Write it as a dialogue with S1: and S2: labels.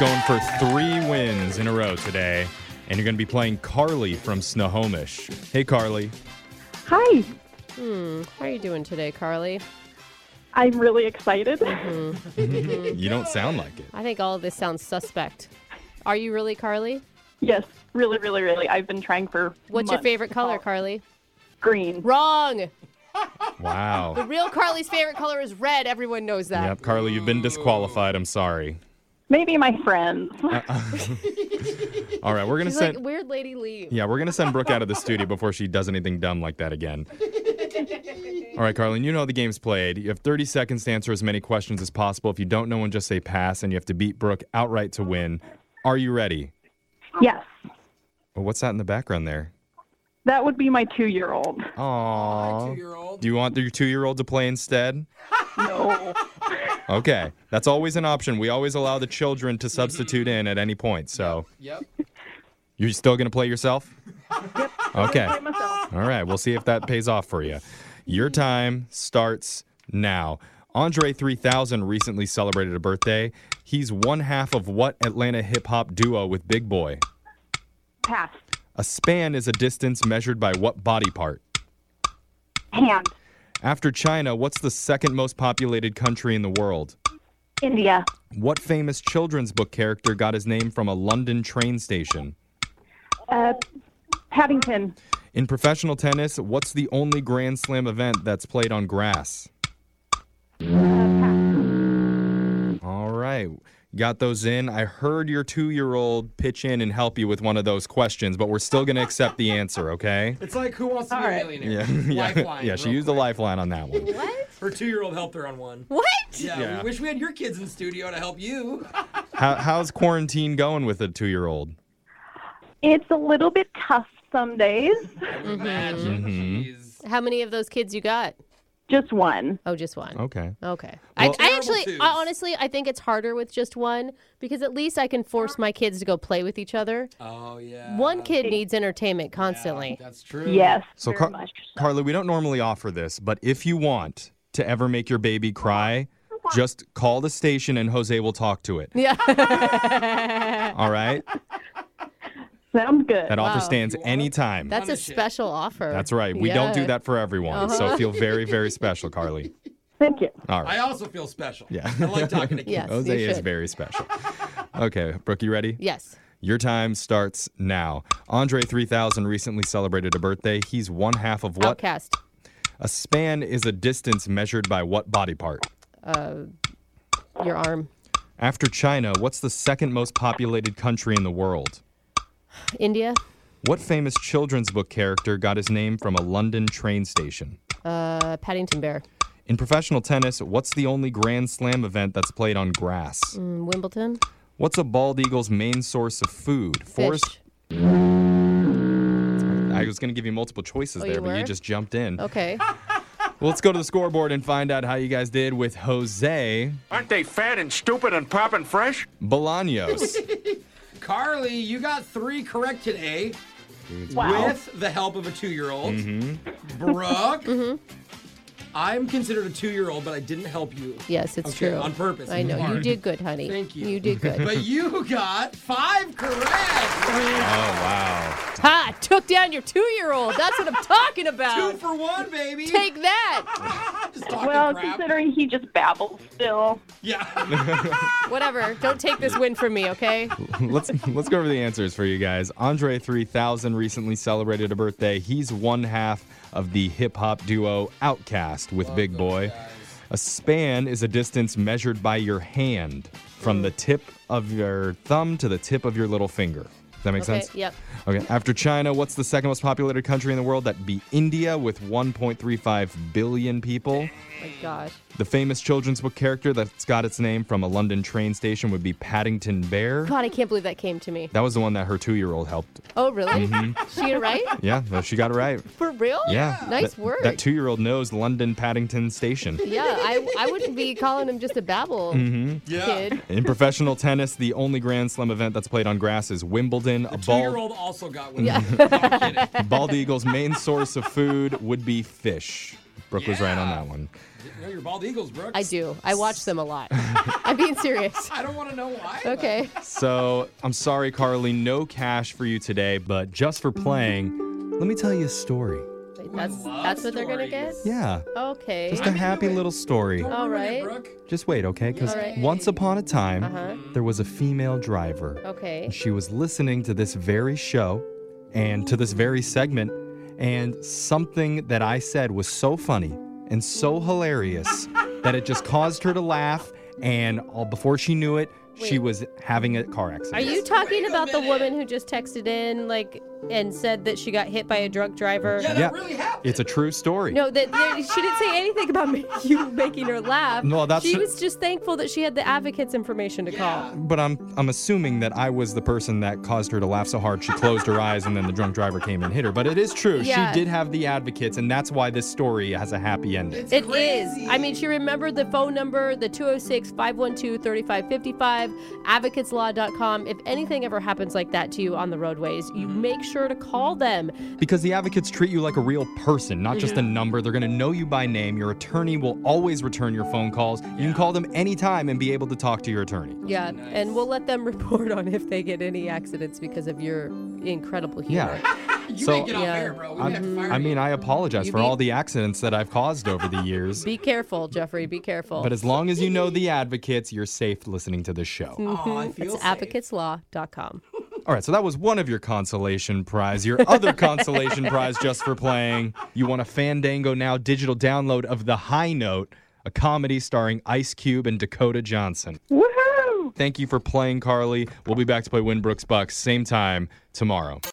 S1: going for three wins in a row today, and you're going to be playing Carly from Snohomish. Hey, Carly.
S2: Hi,
S3: How are you doing today, Carly?
S2: I'm really excited.
S3: Mm-hmm.
S1: You don't sound like it.
S3: I think all of this sounds suspect. Are you really Carly?
S2: Yes, really, really, really. I've been trying for.
S3: What's your
S2: months.
S3: favorite color, Carly?
S2: Green.
S3: Wrong.
S1: Wow.
S3: Real Carly's favorite color is red. Everyone knows that.
S1: Yep, Carly, you've been disqualified. I'm sorry.
S2: Maybe my friends.
S1: All right, we're going to
S3: She's
S1: send.
S3: like weird lady leave.
S1: yeah, we're gonna send Brooke out of the studio before she does anything dumb like that again. All right, Carly, you know how the game's played. You have 30 seconds to answer as many questions as possible. If you don't know one, just say pass, and you have to beat Brooke outright to win. Are you ready?
S2: yes,
S1: Well, what's that in the background there?
S2: that would be my two-year-old.
S1: Aww.
S4: Two-year-old.
S1: Do you want your two year old to play instead?
S2: No.
S1: Okay. That's always an option. We always allow the children to substitute in at any point. So
S4: Yep.
S1: you're still going to play yourself? Okay.
S2: By myself.
S1: All right. We'll see if that pays off for you. Your time starts now. Andre 3000 recently celebrated a birthday. He's one half of what Atlanta hip hop duo with Big Boy?
S2: Pass.
S1: A span is a distance measured by what body part?
S2: Hand.
S1: After China, what's the second most populated country in the world?
S2: India.
S1: What famous children's book character got his name from a London train station?
S2: Uh, Paddington.
S1: In professional tennis, what's the only Grand Slam event that's played on grass? All right. Got those in. I heard your two year old pitch in and help you with one of those questions, but we're still going to accept the answer, okay?
S4: It's like Who Wants to Be a Millionaire?
S1: Yeah. Yeah.
S4: Lifeline,
S1: yeah she
S4: real
S1: used a
S4: quick.
S1: lifeline on that one.
S4: Her two-year-old helped her on one.
S3: What?
S4: Yeah,
S1: Yeah.
S4: We wish we had your kids in studio to help you.
S1: How, how's quarantine going with a two year old?
S2: It's a little bit tough some days.
S4: Imagine.
S1: Mm-hmm.
S4: Jeez.
S3: How many of those kids you got?
S2: Just one.
S3: Oh, just one.
S1: Okay.
S3: Okay.
S1: Well-
S3: I, I
S4: Terrible
S3: actually,
S4: twos.
S3: I, honestly, I think it's harder with just one because at least I can force my kids to go play with each other.
S4: Oh yeah.
S3: One kid needs entertainment
S4: Yeah,
S3: constantly.
S4: that's true.
S2: Yes.
S1: So,
S2: very
S1: Car-
S2: much.
S1: Carly, we don't normally offer this, but if you want to ever make your baby cry, just call the station and Jose will talk to it.
S3: Yeah.
S1: All right?
S2: Sounds good.
S1: That offer
S3: Wow.
S1: stands anytime.
S3: That's a
S4: Punish it.
S3: special offer.
S1: That's right. We don't do
S3: Yeah.
S1: that for everyone.
S3: Uh-huh.
S1: So feel very, very special, Carly.
S2: Thank you.
S1: All
S4: I
S1: right.
S4: also feel special.
S1: Yeah.
S4: I like talking to kids.
S3: Yes. you
S1: Jose is
S3: should.
S1: very special. Okay, Brooke, you ready?
S3: Yes.
S1: Your time starts now. Andre 3000 recently celebrated a birthday. He's one half of what?
S3: Outcast.
S1: A span is a distance measured by what body part?
S3: Your arm.
S1: After China, what's the second most populated country in the world?
S3: India.
S1: What famous children's book character got his name from a London train station?
S3: Uh, Paddington Bear.
S1: In professional tennis, what's the only Grand Slam event that's played on grass?
S3: Mm, Wimbledon.
S1: What's a bald eagle's main source of food?
S3: Fish.
S1: I was going to give you multiple choices
S3: Oh,
S1: there,
S3: you
S1: but you
S3: were?
S1: just jumped in.
S3: Okay.
S1: Well, let's go to the scoreboard and find out how you guys did with Jose
S5: Aren't they fat and stupid and poppin' fresh?
S1: Bolaños.
S4: Carly, you got three correct today
S2: Wow.
S4: with the help of a two-year-old.
S1: Mm-hmm.
S4: Brooke.
S3: Mm-hmm.
S4: I'm considered a two-year-old, but I didn't help you.
S3: Yes, it's
S4: Okay,
S3: true.
S4: on purpose,
S3: I know. You
S4: hard.
S3: did good, honey.
S4: Thank you.
S3: You did good.
S4: But you got five correct.
S1: oh, wow.
S3: ha! Took down your two-year-old. That's what I'm talking
S4: Two
S3: about.
S4: for one, baby.
S3: Take that.
S4: Just talking
S2: Well,
S4: crap.
S2: considering he just babbles still.
S4: yeah.
S3: Whatever. Don't take this win from me, okay?
S1: let's let's go over the answers for you guys. Andre 3000 recently celebrated a birthday. He's one half of the hip hop duo Outkast with Big Boy. A span is a distance measured by your hand from
S3: Mm.
S1: the tip of your thumb to the tip of your little finger. Does that make
S3: Okay.
S1: sense?
S3: Yep.
S1: Okay. After China, what's the second most populated country in the world? That'd be India with 1.35 billion people.
S3: Oh My gosh.
S1: The famous children's book character that's got its name from a London train station would be Paddington Bear.
S3: God, I can't believe that came to me.
S1: That was the one that her two year old helped.
S3: Oh, really? She right?
S1: Yeah, no, she got it right.
S3: For real?
S1: Mm-hmm. Yeah.
S3: Nice
S1: That-
S3: work.
S1: That two year old knows London Paddington Station.
S3: yeah, I, I wouldn't be calling him just a babble
S1: Mm-hmm.
S4: Yeah.
S3: kid.
S1: In professional tennis, the only Grand Slam event that's played on grass is Wimbledon. A bald,
S4: Two-year-old also got one. Yeah.
S1: bald eagle's main source of food would be fish. Brooke was right on
S4: Yeah.
S1: that one.
S4: You know your bald eagles, Brooks.
S3: I do. I watch them a lot. I'm being serious.
S4: I don't want to know why. but-
S3: Okay.
S1: So I'm sorry, Carly, no cash for you today, but just for playing, let me tell you a story.
S3: Wait, that's
S4: love
S3: that's what they're gonna get.
S4: stories.
S1: Yeah,
S3: Okay.
S1: just a
S4: I'm into
S1: happy
S4: it.
S1: little story.
S4: Don't
S3: All
S4: ruin it,
S3: right.
S4: Brooke.
S1: Just wait, okay? Because
S3: All right.
S1: once upon a time,
S3: Uh-huh.
S1: there was a female driver.
S3: Okay.
S1: And she was listening to this very show and to this very segment, and something that I said was so funny and so hilarious that it just caused her to laugh. And all, before she knew it, she
S3: Wait.
S1: was having a car accident.
S3: Are you
S4: wait
S3: talking
S4: a
S3: about the
S4: minute.
S3: woman who just texted in like and said that she got hit by a drunk driver?
S4: Yeah, that
S1: Yeah.
S4: really happened.
S1: It's a true story.
S3: No, that there, she didn't say anything about me, you making her laugh.
S1: No, that's-
S3: she was just thankful that she had the advocate's information to
S4: Yeah.
S3: call.
S1: But I'm I'm assuming that I was the person that caused her to laugh so hard she closed her eyes and then the drunk driver came and hit her. But it is true.
S3: Yeah.
S1: She did have the advocates and that's why this story has a happy ending.
S4: It's
S3: It is.
S4: crazy.
S3: I mean, she remembered the phone number, the 206 512 3555, advocateslaw.com. If anything ever happens like that to you on the roadways, you
S4: Mm-hmm.
S3: make sure to call them.
S1: Because the advocates treat you like a real person, not just a number. They're going to know you by name. Your attorney will always return your phone calls. You can call them anytime and be able to talk to your attorney.
S3: Yeah, and we'll let them report on if they get any accidents because of your incredible humor.
S1: Yeah.
S4: you
S1: so-
S4: make it off
S3: Yeah.
S4: air, bro. We
S1: I'm-
S4: have to fire
S1: I mean,
S4: you.
S1: I apologize
S3: Mm-hmm. You
S1: for
S3: be-
S1: all the accidents that I've caused over the years.
S3: Be careful, Jeffrey. Be careful.
S1: But as long as you know the advocates, you're safe listening to this show.
S3: Mm-hmm.
S4: Aw, I feel
S3: it's
S4: safe.
S3: advocateslaw.com.
S1: All right, so that was one of your consolation prize. Your other consolation prize just for playing, you won a Fandango Now digital download of The High Note, a comedy starring Ice Cube and Dakota Johnson.
S2: Woohoo!
S1: Thank you for playing, Carly. We'll be back to play Winbrooks Bucks same time tomorrow.